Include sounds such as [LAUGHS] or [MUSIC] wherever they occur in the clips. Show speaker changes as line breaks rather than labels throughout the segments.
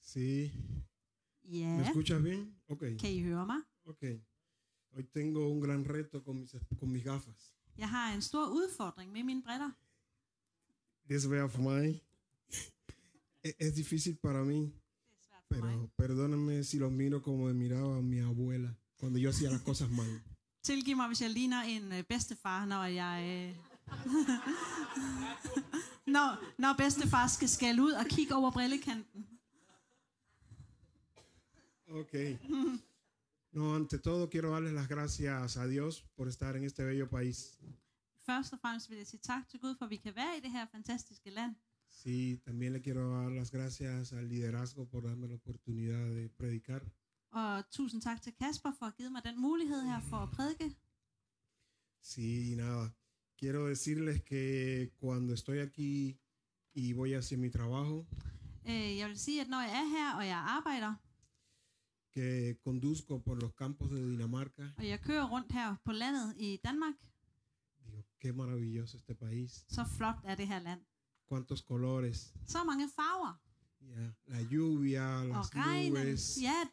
Sí. ¿Me
Yeah.
escuchas bien? Ok.
Kan I høre mig?
Ok. Hoy tengo un gran reto con mis, con mis gafas.
Jeg har en stor udfordring med mine briller.
This way of mine. E- Es difícil para mí,
Det er svært for mig.
pero perdóname si los miro como miraba a mi abuela cuando yo hacía las cosas mal.
Tilgiv mig, hvis jeg ligner en øh, bedstefar, når jeg... Øh... [LAUGHS] når, når bedstefar skal skælde ud og kigge over brillekanten.
Ok. No, ante todo quiero darles las gracias a Dios por estar en este bello país.
Først og fremmest vil jeg sige tak til Gud for, at vi kan være i det her fantastiske land.
Sí, también le quiero dar las gracias al liderazgo por darme la oportunidad de predicar.
Og tusind tak til Kasper for at give mig den mulighed her for at prædike.
Sí, nada. Quiero decirles que cuando estoy aquí y voy hacia mi trabajo,
Øh, Jeg vil sige, at når jeg er her, og jeg arbejder,
que conduzco por los campos de Dinamarca,
og jeg kører rundt her på landet i Danmark,
digo, qué maravilloso este país.
så flot er det her land.
Cuántos colores.
Så mange farver
Ya, La lluvia,
og
las
regnen.
nubes.
Ja,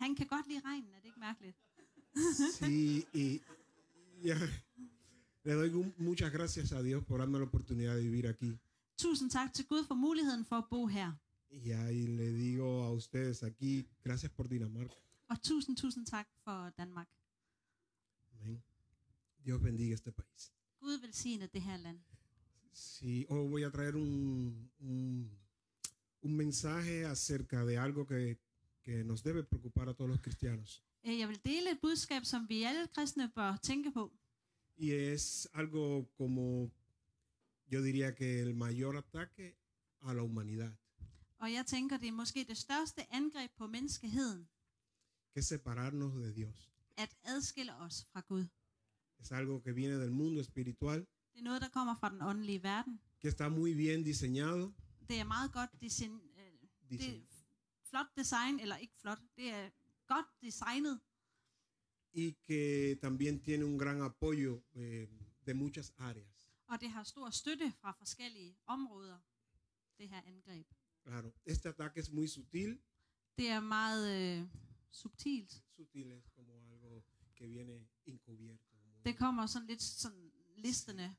han kan godt lide regnen, er det ikke mærkeligt?
Sí, y ya. Le doy un- muchas gracias a Dios por darme la oportunidad de vivir aquí.
Tusind tak til Gud for muligheden for at bo her.
Y ahí le digo a ustedes aquí, gracias por Dinamarca.
Og tusind, tusind tak for Danmark.
Amén. Dios bendiga este país.
Gud velsigne det her land.
Sí, hoy voy a traer un, un, un mensaje acerca de algo que, que nos debe preocupar a todos los cristianos.
Øh, Jeg vil dele et budskab, som vi alle kristne bør tænke på.
Y es algo como, yo diría que el mayor ataque a la humanidad,
Og jeg tænker, det er måske det største angreb på menneskeheden,
que es separarnos de Dios.
at adskille os fra Gud.
Es algo que viene del mundo espiritual,
Det er noget, der kommer fra den åndelige verden.
que está muy bien diseñado.
Det er meget godt design, øh, det er
dise-
flot design, eller ikke flot, det er godt designet,
y que también tiene un gran apoyo eh, de muchas áreas.
og det har stor støtte fra forskellige områder, det her angreb.
Claro, este ataque es muy sutil,
Det er meget øh, subtilt.
sutil es como algo que viene encubierto. muy-
Det kommer sådan lidt sådan listende,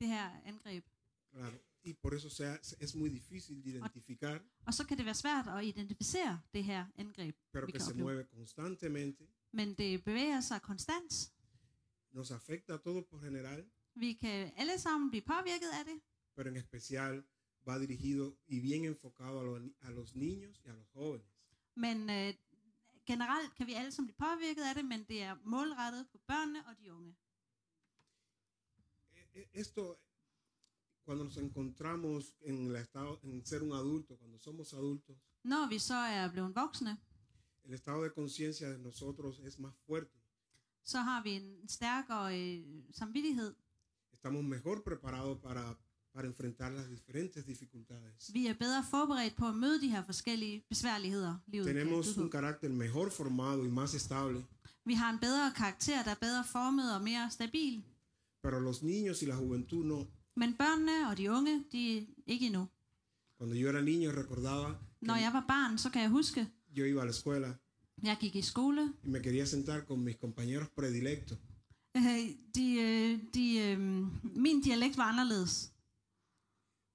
det her angreb.
Claro, y por eso se ha- es muy difícil de identificar,
Og så kan det være svært at identificere det her angreb,
pero
vi
que
kan
se
opleve.
mueve constantemente,
Men det bevæger sig konstant.
nos afecta a todos por general,
Vi kan alle sammen blive påvirket af det,
pero en especial va dirigido y bien enfocado a, lo- a los niños y a los jóvenes.
men øh, generelt kan vi alle sammen blive påvirket af det, men det er målrettet på børnene og de unge.
E- e- Esto, cuando nos encontramos en, la estado, en ser un adulto, cuando somos adultos,
Når vi så er blevet voksne,
el estado de conciencia de nosotros es más fuerte.
så har vi en stærkere øh, samvittighed.
Estamos mejor preparados para, para enfrentar las diferentes dificultades.
Vi er bedre forberedt på at møde de her forskellige besværligheder. Livet kan
Tenemos
byde
un
på.
carácter mejor formado y más estable,
Vi har en bedre karakter, der er bedre formet og mere stabil.
pero los niños y la juventud no.
Men børnene og de unge, de er ikke endnu.
Cuando yo era niño recordaba,
Når jeg var barn, så kan jeg huske,
yo iba a la escuela
jeg gik i skole.
y me quería sentar con mis compañeros predilectos
Øh, De, øh, de, øh, min dialekt var anderledes,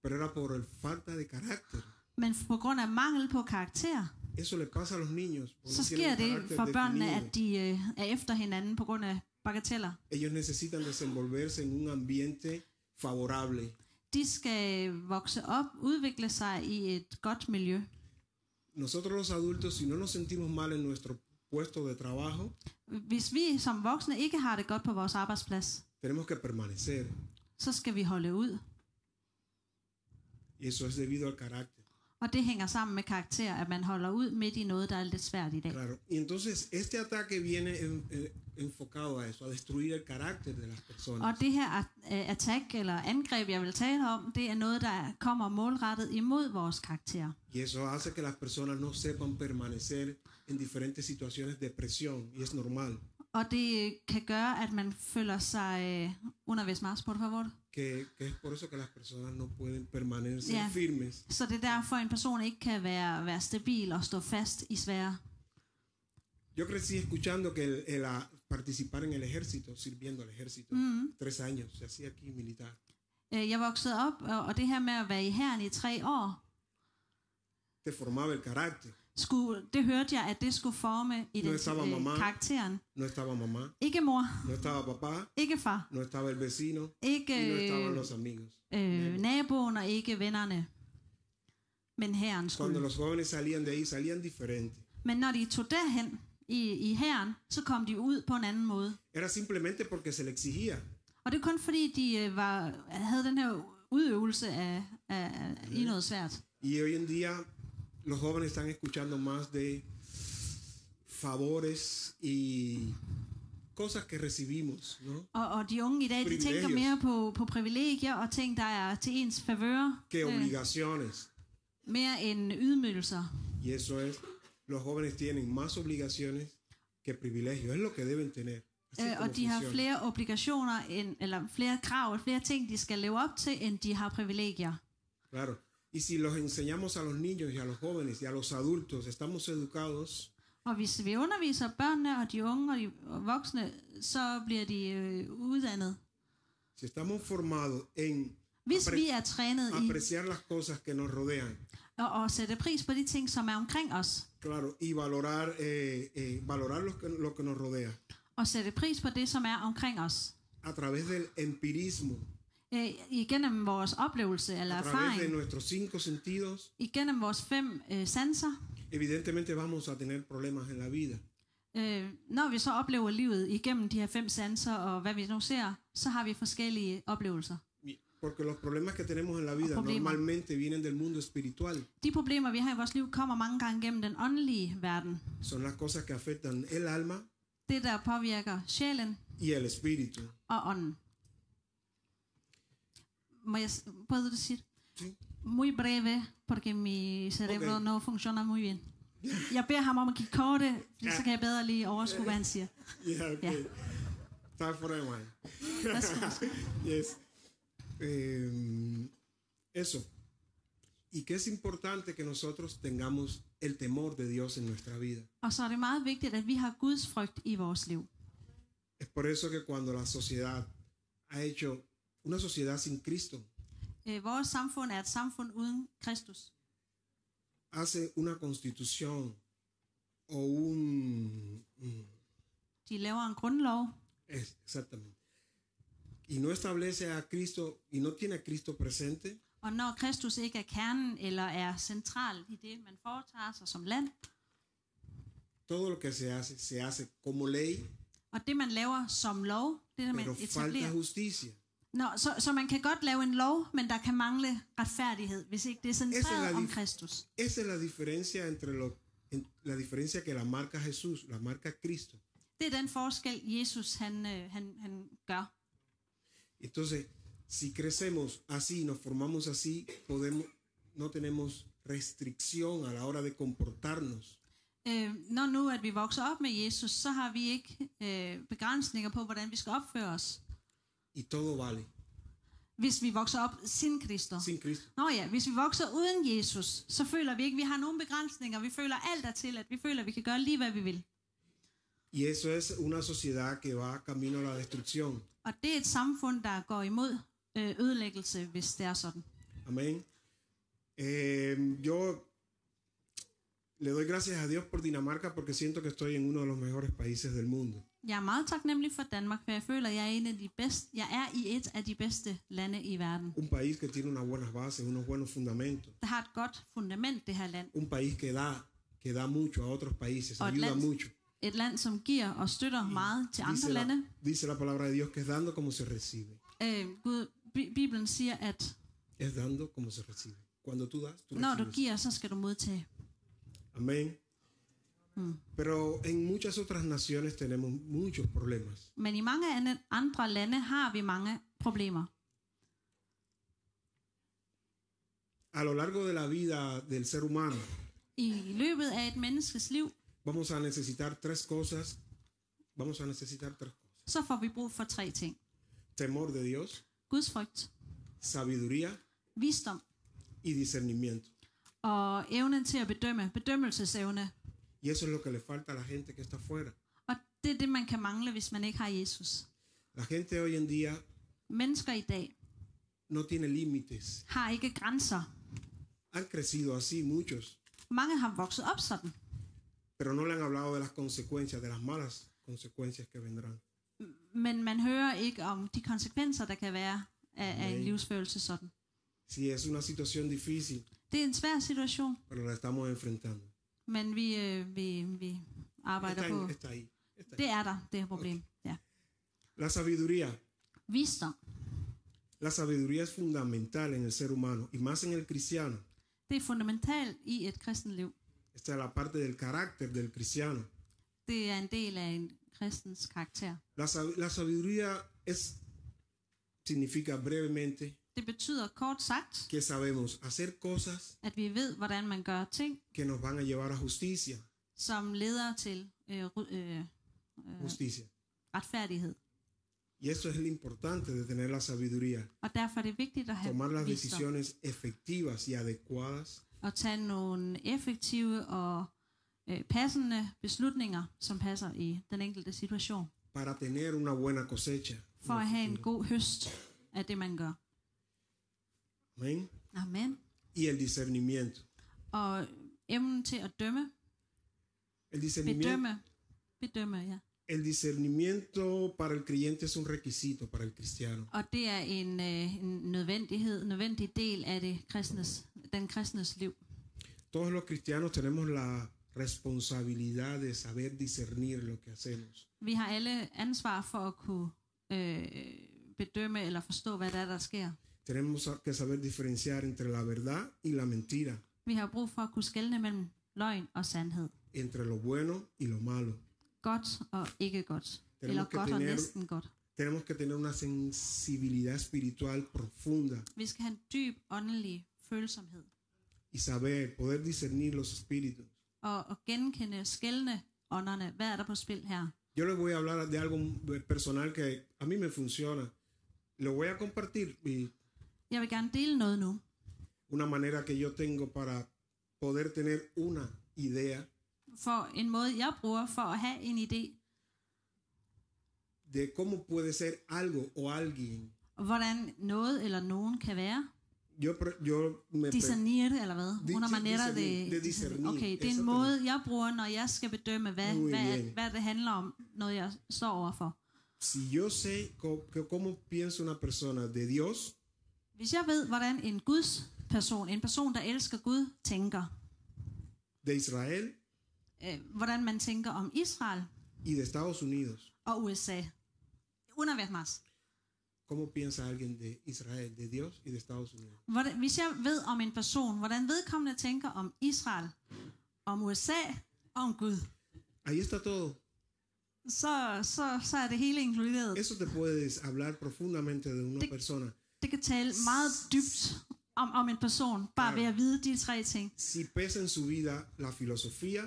pero era por el falta de carácter.
men på grund af mangel på karakter,
Eso le pasa a los niños. porque
så
no tienen
sker det
carácter
for børnene,
definido.
at de øh, er efter hinanden på grund af bagateller.
Ellos necesitan desenvolverse en un ambiente favorable.
De skal vokse op, udvikle sig i et godt miljø.
Nosotros los adultos, si no nos sentimos mal en nuestro puesto de trabajo,
Hvis vi som voksne ikke har det godt på vores arbejdsplads,
tenemos que permanecer.
så skal vi holde ud.
Y eso es debido al carácter.
Og det hænger sammen med karakter, at man holder ud midt i noget, der er lidt svært i dag.
Claro. Y entonces este ataque viene en- eh, enfocado a eso, a destruir el carácter de las
Og
personas.
det her at- øh, attack eller angreb, jeg vil tale om, det er noget, der kommer målrettet imod vores karakter.
Y eso hace que las personas no sepan permanecer en diferentes situaciones de presión. Y es normal.
Og det kan gøre, at man føler sig øh, una vez más, por favor.
que, que es por eso que las personas no pueden permanecer
Ya.
firmes.
Så det er derfor, en person ikke kan være, være stabil og stå fast i svære.
Yo crecí escuchando que el, el, ah, participar en el ejército, sirviendo al ejército,
Mm.
tres años, se hacía aquí militar.
Øh, Jeg voksede op, og og det her med at være i hæren i tre år,
Te formaba el carácter.
skulle, det hørte jeg, at det skulle forme i den,
Noget sammen med
øh,
mamma.
karakteren.
No estaba mamá,
Ikke mor,
no estaba papá,
ikke far,
no estaba el vecino
ikke
y no estaban
øh,
los amigos.
øh, naboen og ikke vennerne, men herren
Cuando
skulle.
los jóvenes salían de ahí, salían diferentes.
Men når de tog derhen i, i herren, så kom de ud på en anden måde.
Era simplemente porque se le exigía.
Og det er kun fordi, de øh, var, havde den her udøvelse af, af, af i noget svært.
Y hoy en día los jóvenes están escuchando más de favores y cosas que recibimos, ¿no?
Og, og de unge i dag, de tænker
Privilegier.
mere på, på privilegier og ting, der er til ens favør, øh,
Que obligaciones.
mere end ydmygelser.
Y eso es, los jóvenes tienen más obligaciones que privilegios. Es lo que deben tener. Así
Øh,
como
og de har
funciona.
flere obligationer, end, eller flere krav, og flere ting, de skal leve op til, end de har privilegier.
Claro. Y si los enseñamos a los niños y a los jóvenes y a los adultos, estamos educados,
Og hvis vi underviser børnene og de unge og de voksne, så bliver de øh, uddannet.
si estamos formados en
Hvis
Apre-
vi er trænet i
apreciar las cosas que nos rodean,
at, at sætte pris på de ting, som er omkring os,
Claro, y valorar, eh, eh, valorar lo que, lo que nos rodea
og sætte pris på det, som er omkring os,
a través del empirismo,
øh, igennem vores oplevelse eller
a través de
erfaring,
nuestros cinco sentidos,
igennem vores fem øh, sanser,
evidentemente vamos a tener problemas en la vida.
øh, når vi så oplever livet igennem de her fem sanser og hvad vi nu ser, så har vi forskellige oplevelser.
Porque los problemas que tenemos en la vida
problema.
normalmente vienen del mundo espiritual.
De problemer, vi har i vores liv, kommer mange gange gennem den åndelige verden.
Son las cosas que afectan el alma
Det, der påvirker sjælen
y el espíritu.
og ånden. Må jeg s- prøve at sige det?
Sí.
Muy breve, porque mi cerebro
Okay.
okay. no funciona muy bien. Jeg beder ham om at give korte, fordi så kan jeg bedre lige overskue, hvad han siger.
[LAUGHS] Yeah, okay.
Yeah.
Time for that one.
Værsgo.
Yes. Eh, eso. Y que es importante que nosotros tengamos el temor de Dios en nuestra vida.
Og så er det meget vigtigt, at vi har Guds frygt i vores liv.
Es por eso que cuando la sociedad ha hecho una sociedad sin Cristo,
Øh, Vores samfund er et samfund uden Kristus.
hace una constitución o un... mm,
De laver en grundlov,
es- exactamente. Y no establece a Cristo y no tiene a Cristo presente,
og når Kristus ikke er kernen eller er central i det, man foretager sig som land,
todo lo que se hace se hace como ley,
og det man laver som lov, det der man
pero falta
etablerer.
justicia.
Nå, så, så man kan godt lave en lov, men der kan mangle retfærdighed, hvis ikke det er
Esa es
centreret
la
om
dif-
Kristus.
Esa es la diferencia entre lo, en- la diferencia que la marca Jesús, la marca Cristo.
Det er den forskel, Jesus han, øh, han, han gør.
Entonces, si crecemos así, nos formamos así, podemos, no tenemos restricción a la hora de comportarnos.
Øh, når nu at vi vokser op med Jesus, så har vi ikke øh, begrænsninger på, hvordan vi skal opføre os,
Y todo vale,
hvis vi vokser op sin Kristus.
sin Cristo.
Nå ja, hvis vi vokser uden Jesus, så føler vi ikke, at vi har nogen begrænsninger. Vi føler alt er til, at vi føler, at vi kan gøre lige, hvad vi vil.
Y eso es una sociedad que va camino a la destrucción.
Og det er et samfund, der går imod øh, ødelæggelse, hvis det er sådan.
Amén. Eh, yo le doy gracias a Dios por Dinamarca porque siento que estoy en uno de los mejores países del mundo.
Jeg er meget taknemmelig for Danmark, for jeg føler, at jeg er, en af de bedste, jeg er i et af de bedste lande i verden.
Un país que tiene unas buenas bases, unos buenos fundamentos.
Der har et godt fundament, det her land.
Un país que da, que da mucho a otros países,
Otlands-
ayuda mucho.
Et land, som giver og støtter
Mm.
meget til andre
Dice la,
lande.
dice la palabra de Dios que es dando como se recibe.
Øh, Gud, Bi- Bibelen siger, at
Es dando como se recibe. Cuando tú das, tú
når du
recibes.
giver, så skal du modtage. Mm.
Amén. Pero en muchas otras naciones tenemos muchos problemas.
Men i mange ande- andre lande har vi mange problemer.
A lo largo de la vida del ser humano,
I løbet af et menneskes liv
vamos a necesitar tres cosas vamos a necesitar tres cosas.
så får vi brug for tre ting.
Temor de Dios,
Guds frygt,
sabiduría
visdom
y discernimiento.
og evnen til at bedømme, bedømmelsesevne.
Y eso es lo que le falta a la gente que está afuera.
Og det er det, man kan mangle, hvis man ikke har Jesus.
La gente hoy en día
Mennesker i dag
no tiene límites.
har ikke grænser.
Han crecido así muchos,
Mange har vokset op sådan,
pero no le han hablado de las consecuencias, de las malas consecuencias que vendrán.
men man hører ikke om de konsekvenser, der kan være af, af en
Nej.
livsførelse sådan.
Sí, es una situación difícil,
Det er en svær situation,
pero la estamos enfrentando.
men vi, øh, vi, vi arbejder
Está, en-
på.
está ahí. está ahí.
Det er der, det her problem. Ja.
La sabiduría.
Visdom.
La sabiduría es fundamental en el ser humano y más en el cristiano.
Det er fundamentalt i et kristenliv.
Esta es la parte del carácter del cristiano.
Det er en del af en kristens karakter.
La, sab- la sabiduría es significa brevemente
Det betyder kort sagt,
que sabemos hacer cosas
at vi ved, hvordan man gør ting,
que nos van a llevar a justicia,
som leder til øh, ru- øh, øh,
justicia.
retfærdighed.
Y eso es lo importante de tener la sabiduría,
Og derfor er det vigtigt at
tomar
have
las
visdom
decisiones efectivas y adecuadas
og tage nogle effektive og øh, passende beslutninger, som passer i den enkelte situation,
para tener una buena cosecha.
for at have en god høst af det, man gør.
Amén.
Amen.
Y el discernimiento.
Og øh, evnen til at dømme,
El discernimiento,
bedømme, bedømme, ja.
el discernimiento para el creyente es un requisito para el cristiano.
Og det er en, øh, en nødvendighed, nødvendig del af det kristnes, den kristnes liv.
Todos los cristianos tenemos la responsabilidad de saber discernir lo que hacemos.
Vi har alle ansvar for at kunne øh, bedømme eller forstå, hvad der er, der sker.
Tenemos que saber diferenciar entre la verdad y la mentira,
Vi har brug for at kunne skelne mellem løgn og sandhed.
entre lo bueno y lo malo.
Godt og ikke godt.
Den
Eller
må kan
godt og
definere-
næsten godt.
Tenemos que tener una sensibilidad espiritual profunda
Vi skal have en dyb åndelig følsomhed.
y saber, poder discernir los espíritus.
Og, og genkende, skelne ånderne. Hvad er der på spil her?
Yo les voy a hablar de algo personal que a mí me funciona. Lo voy a compartir y
Jeg vil gerne dele noget nu.
una manera que yo tengo para poder tener una idea
For en måde, jeg bruger for at have en idé.
de cómo puede ser algo o alguien.
Hvordan noget eller nogen kan være.
Yo, pre- yo me pre-
Discernere, eller hvad?
Di-
Una manera
discernere.
de...
Det er ligesom discernere.
Okay, det er en
Exactamente.
måde, jeg bruger, når jeg skal bedømme, hvad,
Muy
hvad,
bien.
hvad det handler om, noget jeg står overfor.
si yo sé co- que- cómo, piensa una persona de Dios,
Hvis jeg ved, hvordan en Guds person, en person, der elsker Gud, tænker,
de Israel
øh, hvordan man tænker om Israel
y de Estados Unidos,
og USA, una vez más.
cómo piensa alguien de Israel, de Dios y de Estados Unidos.
Hvordan, hvis jeg ved om en person, hvordan vedkommende tænker om Israel, om USA og om Gud,
Ahí está todo.
så, så, så er det hele inkluderet.
Eso te puedes hablar profundamente de una
Te-
persona.
Det kan tale meget dybt om, om en person, bare ved at vide de tre ting.
Si pesa en su vida la filosofía,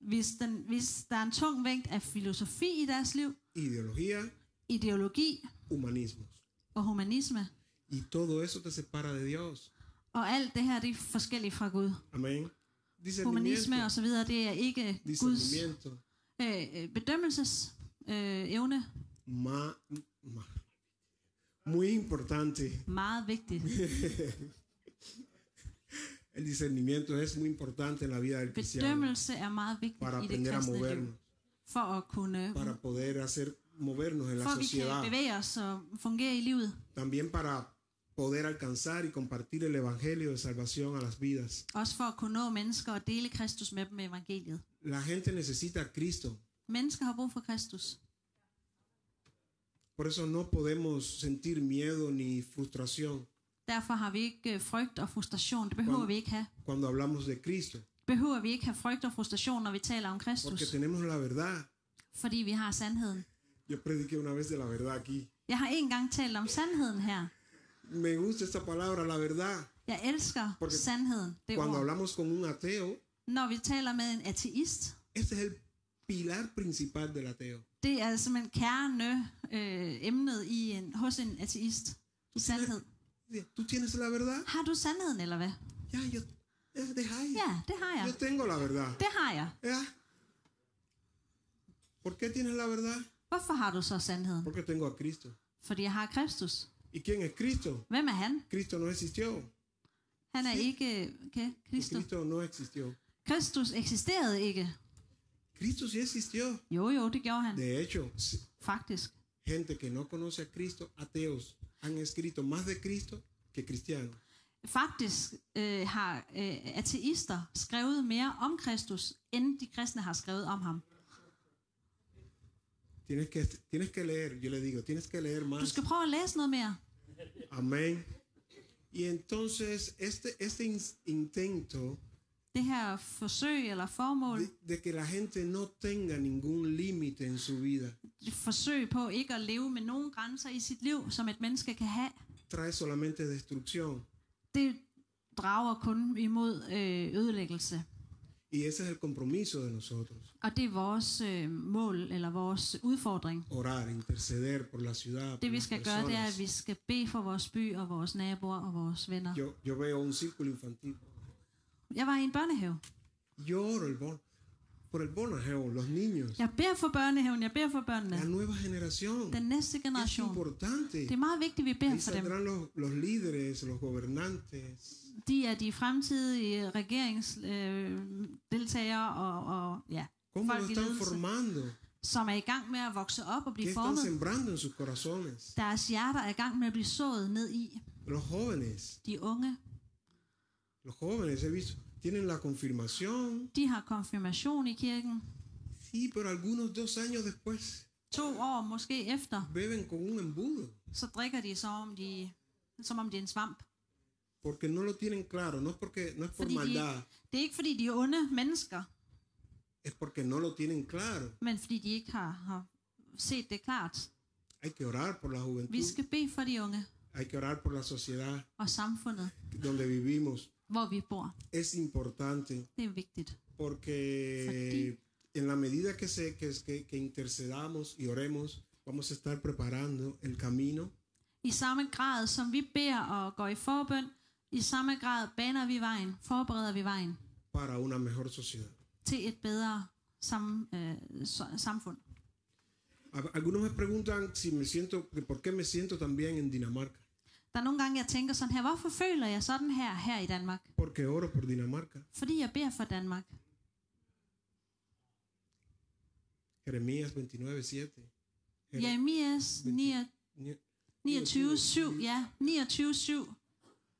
Hvis, den, hvis der er en tung vægt af filosofi i deres liv,
ideología,
ideologi
humanismos.
og humanisme,
Y todo eso te separa de Dios.
og alt det her, det er forskelligt fra Gud.
Amén.
humanisme
Discernimiento.
og så videre, det er ikke
ligesom
Guds
Discernimiento.
øh, bedømmelsesevne. Øh, evne.
Ma- ma- muy importante. [LAUGHS]
Meget vigtigt.
El discernimiento es muy importante en la vida del cristiano
Bedømmelse er meget vigtigt
para
i det
aprender a
kristne liv.
movernos,
For at kunne,
para poder hacer movernos en la
for at vi kan
sociedad,
bevæge os og fungere i livet.
también para poder alcanzar y compartir el evangelio de salvación a las vidas.
Også for at kunne nå mennesker og dele Kristus med dem med evangeliet.
La gente necesita a Cristo,
Mennesker har brug for Kristus.
por eso no podemos sentir miedo ni frustración
Derfor har vi ikke øh, frygt og frustration. Det behøver
Hvordan-
vi ikke have.
cuando hablamos de Cristo,
Behøver vi ikke have frygt og frustration, når vi taler om Kristus.
porque tenemos la verdad.
Fordi vi har sandheden.
Yo prediqué una vez de la verdad aquí.
Jeg har engang talt om sandheden her.
Me gusta esta palabra, la verdad.
Jeg elsker
Porque
sandheden, det
Cuando
ord.
hablamos con un ateo,
Når vi taler med en ateist,
este es el pilar principal del ateo.
Det er simpelthen kerne øh, emnet i en, hos en ateist.
Tú
Sandhed.
tienes, tú tienes la verdad.
Har du sandheden, eller hvad?
Ya, yo, eh, deja ahí.
Ja, det har jeg.
Yo tengo la verdad.
Det har jeg.
Ya. ¿Por qué tienes la verdad?
Hvorfor har du så sandheden?
Porque tengo a Cristo.
Fordi jeg har Kristus.
¿Y quién es Cristo?
Hvem er han?
Cristo no existió.
Han er ikke... øh, Okay, Kristus.
Cristo no existió.
Kristus eksisterede ikke.
Cristo sí existió.
Jo, jo, det gjorde han.
De hecho, s-
Faktisk.
gente que no conoce a Cristo, ateos, han escrito más de Cristo que cristianos.
Faktisk øh, har øh, ateister skrevet mere om Kristus, end de kristne har skrevet om ham.
Tienes que, tienes que leer, yo le digo, tienes que leer
Du
más.
skal prøve at læse noget mere.
Amén. Y entonces este, este in- intento
Det her forsøg eller formål,
de, de que la gente no tenga ningún límite en su vida
et forsøg på ikke at leve med nogen grænser i sit liv, som et menneske kan have,
trae solamente destrucción.
det drager kun imod øh, ødelæggelse.
Y ese es el compromiso de nosotros.
Og det er vores øh, mål eller vores udfordring.
Orar, interceder por la ciudad. Por
Det vi
las
skal gøre, det er, at
personas.
vi skal bede for vores by og vores naboer og vores venner.
Yo, yo veo un círculo infantil.
Jeg var i en børnehave.
Yo oro el bon- por el bonajeo, los niños,
Jeg beder for børnehaven, jeg beder for børnene.
la nueva generación.
Den næste
Es
generation.
importante.
Det er meget vigtigt, at vi beder
Ahí
for dem.
saldrán los, los líderes, los gobernantes.
De er de fremtidige regeringsdeltagere øh, og, og ja,
¿Cómo
folk
lo
i
están
ledelse,
formando?
som er i gang med at vokse op og
¿Qué
blive
están
formet.
sembrando en sus corazones?
Deres hjerter er i gang med at blive sået ned i
Los jóvenes,
de unge.
los jóvenes, he visto, tienen la confirmación.
De har konfirmation i kirken.
Sí, pero algunos dos años después
To år måske efter,
beben con un embudo.
så drikker de som om de, som om de er en svamp.
Porque no lo tienen claro. No es, porque, no es por
Fordi de,
maldad,
det er ikke fordi, de er onde mennesker,
es porque no lo tienen claro.
men fordi de ikke har, har set det klart.
Hay que orar por la
Vi
juventud.
skal bede for de unge
Hay que orar por la sociedad
og samfundet,
donde vivimos.
hvor vi bor.
Es importante
Det er vigtigt.
porque en la medida que, se, que, que- que intercedamos y oremos, vamos a estar preparando el camino
I samme grad, som vi beder og går i forbøn, i samme grad baner vi vejen, forbereder vi vejen
para una mejor sociedad.
til et bedre sam, øh, so- samfund.
A- Algunos me preguntan si me siento, que por qué me siento también en Dinamarca.
Der er nogle gange, jeg tænker sådan her, hvorfor føler jeg sådan her her i Danmark?
Porque oro por Dinamarca.
Fordi jeg beder for Danmark.
Jeremías 29, 7.
Jeremias 9 29, 7, ja, 29, 7.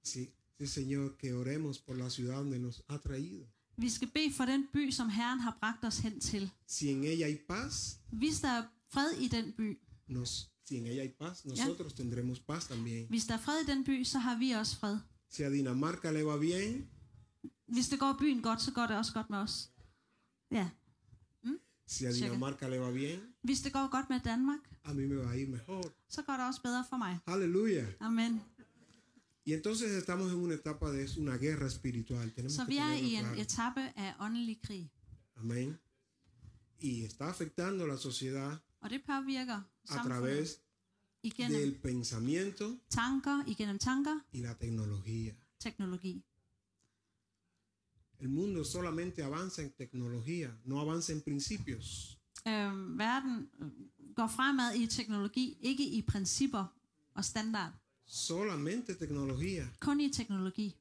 Sí, sí, Señor, que oremos por la ciudad donde nos ha traído.
Vi skal bede for den by, som Herren har bragt os hen til.
Si en ella hay paz,
Hvis der er fred i den by,
nos, si en ella hay paz, nosotros tendremos paz también.
hvis der er fred i den by, så har vi også fred.
Si a Dinamarca le va bien,
Hvis det går byen godt, så går det også godt med os. Ja.
si a
Checa.
Dinamarca le va bien,
Hvis det går godt med Danmark,
a mí me va a ir mejor.
så går det også bedre for mig.
Aleluya.
Amen.
Y entonces estamos en una etapa de es una guerra espiritual. Tenemos
Så
que
vi er i
tenerlo
en
claro.
etape af åndelig krig,
Amén. Y está afectando a la sociedad
og det påvirker
a
samfundet
través
igennem
del pensamiento
tanker, igennem tanker,
y la tecnología.
teknologi.
El mundo solamente avanza en tecnología, no avanza en principios.
øh, verden øh, går fremad i teknologi, ikke i principper og standard.
Solamente tecnología.
Kun i teknologi.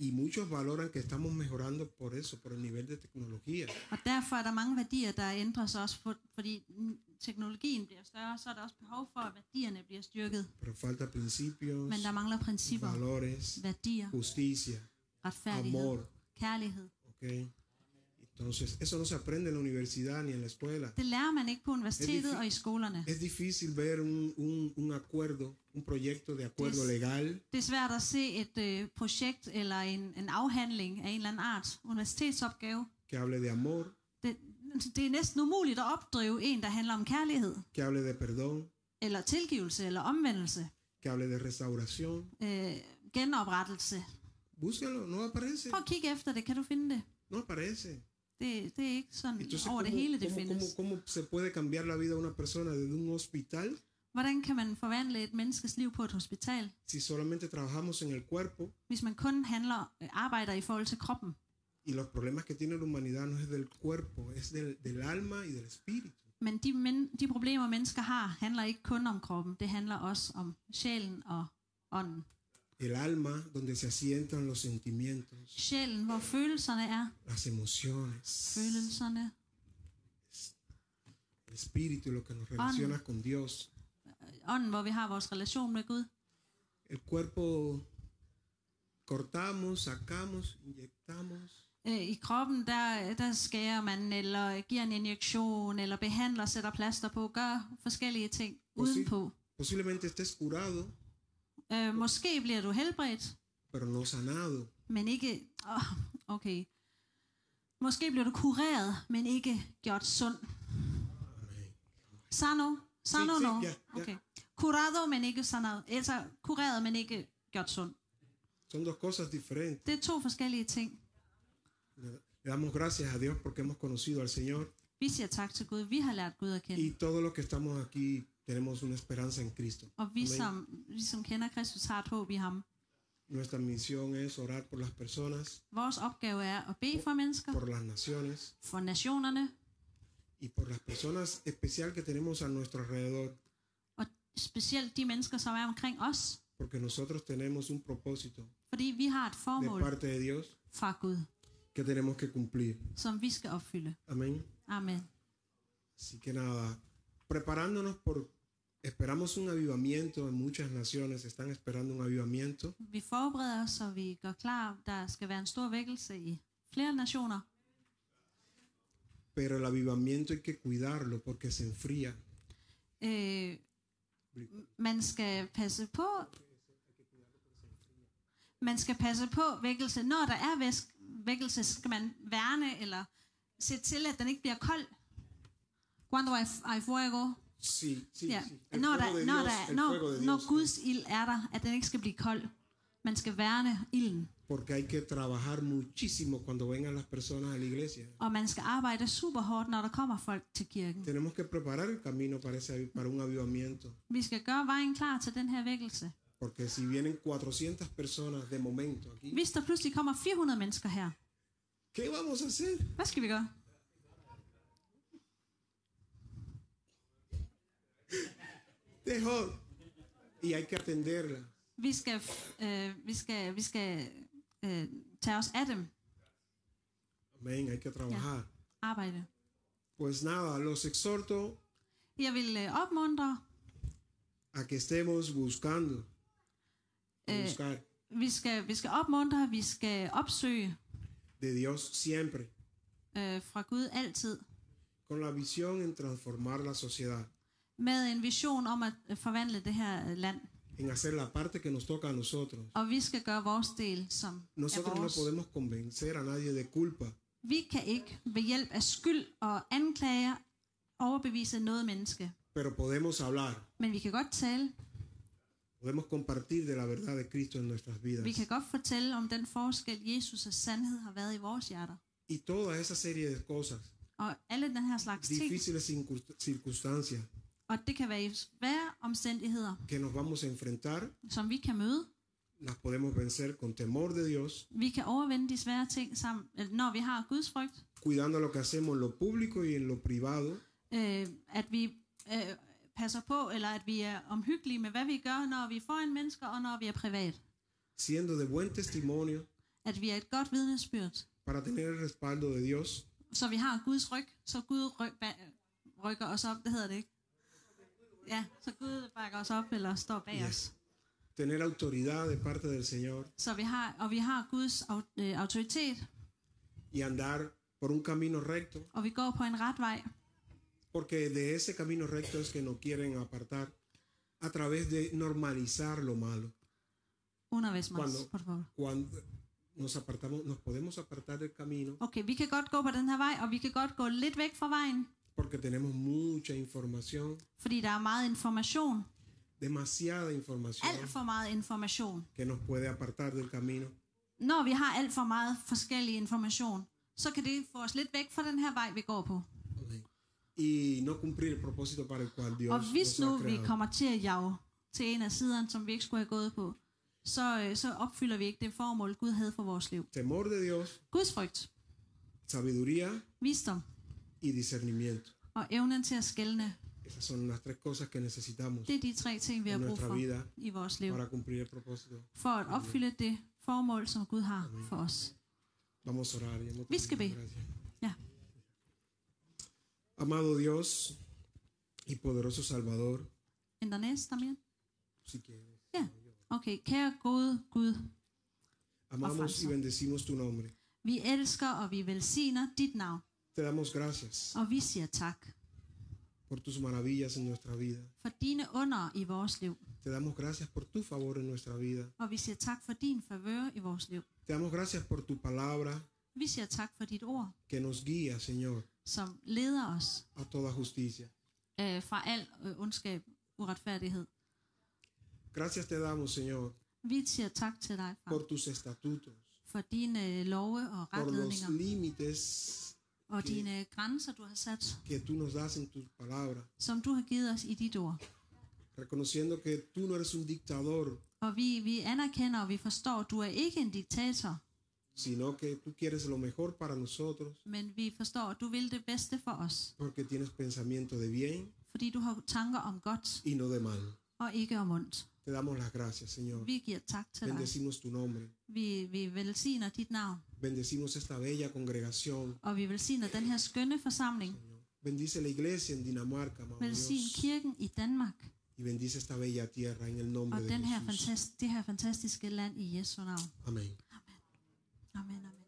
Y muchos valoran que estamos mejorando por eso, por el nivel de tecnología.
Og derfor er der mange værdier, der ændres også, for, fordi mm, teknologien bliver større, så er der også behov for, at værdierne bliver styrket.
Pero falta principios,
Men der mangler principper,
valores,
værdier,
justicia,
retfærdighed,
amor.
kærlighed.
¿ok? Entonces, eso no se aprende en la universidad ni en la escuela.
Det lærer man ikke på
Det er
universitetet
difí-
og i skolerne.
Es difícil ver un, un- un acuerdo, un proyecto de acuerdo
Des-
legal
Det er svært at se et øh, projekt eller en, en afhandling af en eller anden art, universitetsopgave.
que hable de amor,
Det, altså, det er næsten umuligt at opdrive en, der handler om kærlighed.
que hable de perdón,
eller tilgivelse, eller omvendelse,
que hable de restauración.
øh, genoprettelse.
Búscalo, no aparece,
Prøv at kigge efter det, kan du finde det?
no aparece.
Det, det er ikke sådan
Entonces,
over
¿cómo,
det hele, det
cómo-
findes.
cómo- cómo se puede cambiar la vida de una persona desde un hospital
Hvordan kan man forvandle et menneskes liv på et hospital,
si solamente trabajamos en el cuerpo
hvis man kun handler, øh, arbejder i forhold til kroppen?
y los problemas que tiene la humanidad no es del cuerpo, es del, del alma y del espíritu?
Men de, men de problemer, mennesker har, handler ikke kun om kroppen. Det handler også om sjælen og ånden.
El alma donde se asientan los sentimientos,
Sjælen, hvor følelserne er.
las emociones,
Følelserne.
el espíritu, lo que nos relaciona con Dios.
Ånden, hvor vi har vores relation med Gud.
El cuerpo cortamos, sacamos, inyectamos,
Øh, I kroppen, der, der skærer man, eller giver en injektion, eller behandler, sætter plaster på, gør forskellige ting udenpå.
posiblemente estés curado,
Øh, måske bliver du helbredt,
pero no sanado.
men ikke... Oh, okay. Måske bliver du kureret, men ikke gjort sund.
Amén.
Sano? Sano
Sí, sí,
no?
ja, ja.
Okay. Curado, men ikke sanado. Altså, kureret, men ikke gjort sund.
Son dos cosas diferentes.
Det er to forskellige ting.
Le damos gracias a Dios porque hemos conocido al Señor
Vi siger tak til Gud. Vi har lært Gud at
y
kende.
todos los que estamos aquí tenemos una esperanza en Cristo.
Og vi
Amen.
som, vi som kender Kristus har et håb i ham.
Nuestra misión es orar por las personas,
Vores opgave er at bede for mennesker,
por las naciones
for nationerne,
y por las personas especial que tenemos a nuestro alrededor,
og specielt de mennesker, som er omkring os.
porque nosotros tenemos un propósito
Fordi vi har et
de
formål
parte de Dios
fra Gud,
que tenemos que cumplir.
som vi skal opfylde.
Amén.
Amen.
Así que nada, preparándonos por, esperamos un avivamiento en muchas naciones, están esperando un avivamiento.
Vi forbereder os, og vi gør klar. Der skal være en stor vækkelse i flere nationer.
Pero el avivamiento hay que cuidarlo porque se enfría.
Øh, man skal passe på. Man skal passe på vækkelse. Når der er væsk, vækkelse, så skal man værne eller se til, at den ikke bliver kold. Cuando hay, hay fuego.
Sí, sí,
Ja.
sí. El
Når,
fuego de
der, når,
Dios,
der,
el fuego de
når,
Dios,
når Guds ild er der, at den ikke skal blive kold. Man skal værne ilden.
Porque hay que trabajar muchísimo cuando vengan las personas a la iglesia.
Og man skal arbejde super hårdt, når der kommer folk til kirken.
Tenemos que preparar el camino para, ese, avi- para un avivamiento.
Vi skal gøre vejen klar til den her vækkelse.
Porque si vienen 400 personas de momento aquí,
Hvis der pludselig kommer 400 mennesker her,
¿qué vamos a hacer?
hvad skal vi gøre?
Mejor. Y hay que atenderla.
Vi skal, øh, vi skal, vi skal øh, tage os af dem,
Amén, hay que trabajar.
arbejde.
Pues nada, los exhorto
Jeg vil øh, opmuntre,
a que estemos buscando. a
Eh.
Buscar
vi skal, vi skal opmuntre, vi skal opsøge
de Dios siempre.
øh, fra Gud altid
Con la visión en transformar la sociedad.
med en vision om at øh, forvandle det her øh, land.
En hacer la parte que nos toca a nosotros.
Og vi skal gøre vores del, som er
Nosotros no
vores.
podemos convencer a nadie de culpa.
Vi kan ikke ved hjælp af skyld og anklager overbevise noget menneske.
pero podemos hablar,
Men vi kan godt tale.
podemos compartir de la verdad de Cristo en nuestras vidas.
Vi kan godt fortælle om den forskel, Jesus' sandhed har været i vores hjerter.
Y toda esa serie de cosas,
Og alle den her slags ting,
difíciles circun- circunstancias
og det kan være i svære omstændigheder,
que nos vamos a enfrentar,
som vi kan møde.
las podemos vencer con temor de Dios,
Vi kan overvinde de svære ting, sammen, eller når vi har Guds frygt.
cuidando lo que hacemos en lo público y en lo privado,
Øh, at vi øh, passer på, eller at vi er omhyggelige med, hvad vi gør, når vi er foran mennesker, og når vi er privat.
siendo de buen testimonio
At vi er et godt vidnesbyrd.
para tener el respaldo de Dios,
Så vi har Guds ryg, så Gud ryg, ba, rykker os op, det hedder det ikke? Ja, så Gud bakker os op, eller står bag
Ja.
os.
tener autoridad de parte del Señor
Så vi har, og vi har Guds au- øh, autoritet,
y andar por un camino recto,
og vi går på en ret vej.
porque de ese camino recto es que no quieren apartar a través de normalizar lo malo.
Una vez más,
Cuando-
por favor.
cuando nos apartamos, nos podemos apartar del camino
Okay, vi kan godt gå på den her vej, og vi kan godt gå lidt væk fra vejen,
porque tenemos mucha información,
fordi der er meget information.
demasiada información
Alt for meget information.
que nos puede apartar del camino.
Når vi har alt for meget forskellig information, så kan det få os lidt væk fra den her vej, vi går på.
Ok. Y no cumplir el propósito para el cual Dios
Og hvis
nos ha
nu vi
creado.
kommer til at jage til en af siderne, som vi ikke skulle have gået på, så, øh, så opfylder vi ikke det formål, Gud havde for vores liv.
Temor de Dios,
Guds frygt,
sabiduría
visdom
y discernimiento.
og evnen til at skælne,
Esas son las tres cosas que necesitamos
det er de tre ting, vi har
en
brug
nuestra
for
vida
i vores liv,
para cumplir el propósito.
for at opfylde det formål, som Gud har for os.
Vamos a orar. ya no
Luis,
tenemos
que ve.
gracia.
Ja.
Amado Dios y poderoso Salvador,
In the next, amen.
si quieres.
Ja. Okay, kære gode Gud,
Amamos y
Alfonso.
bendecimos tu nombre.
vi elsker og vi velsigner dit navn,
Te damos gracias
og vi siger tak
por tus maravillas en nuestra vida.
for dine under i vores liv,
Te damos gracias por tu favor en nuestra vida.
og vi siger tak for din favør i vores liv.
Te damos gracias por tu palabra
Vi siger tak for dit ord,
que nos guía, Señor,
som leder os
a toda justicia.
øh, fra al øh, ondskab, uretfærdighed.
Gracias te damos, Señor,
Vi siger tak til dig, far,
por tus estatutos,
for dine øh, love og
por los
retledninger
límites
og dine grænser, du har sat,
que tú nos das en tu palabra,
som du har givet os i dit ord.
reconociendo que tú no eres un dictador,
Og vi, vi anerkender og vi forstår, at du er ikke en diktator,
sino que tú quieres lo mejor para nosotros,
men vi forstår, at du vil det bedste for os,
porque tienes pensamiento de bien
fordi du har tanker om godt
y no de mal.
og ikke om ondt.
Te damos las gracias, Señor.
Vi giver tak til dig.
Bendecimos tu nombre.
Vi, vi velsigner dit navn,
Bendecimos esta bella congregación.
og vi velsigner den her skønne forsamling.
Señor. Bendice la iglesia en Dinamarca, amado
Velsign
Dios,
kirken i Danmark.
y bendice esta bella tierra en el
og
nombre de
den her
Jesús.
fantast, det her fantastiske land i Jesu navn.
Amén.
Amen, amen.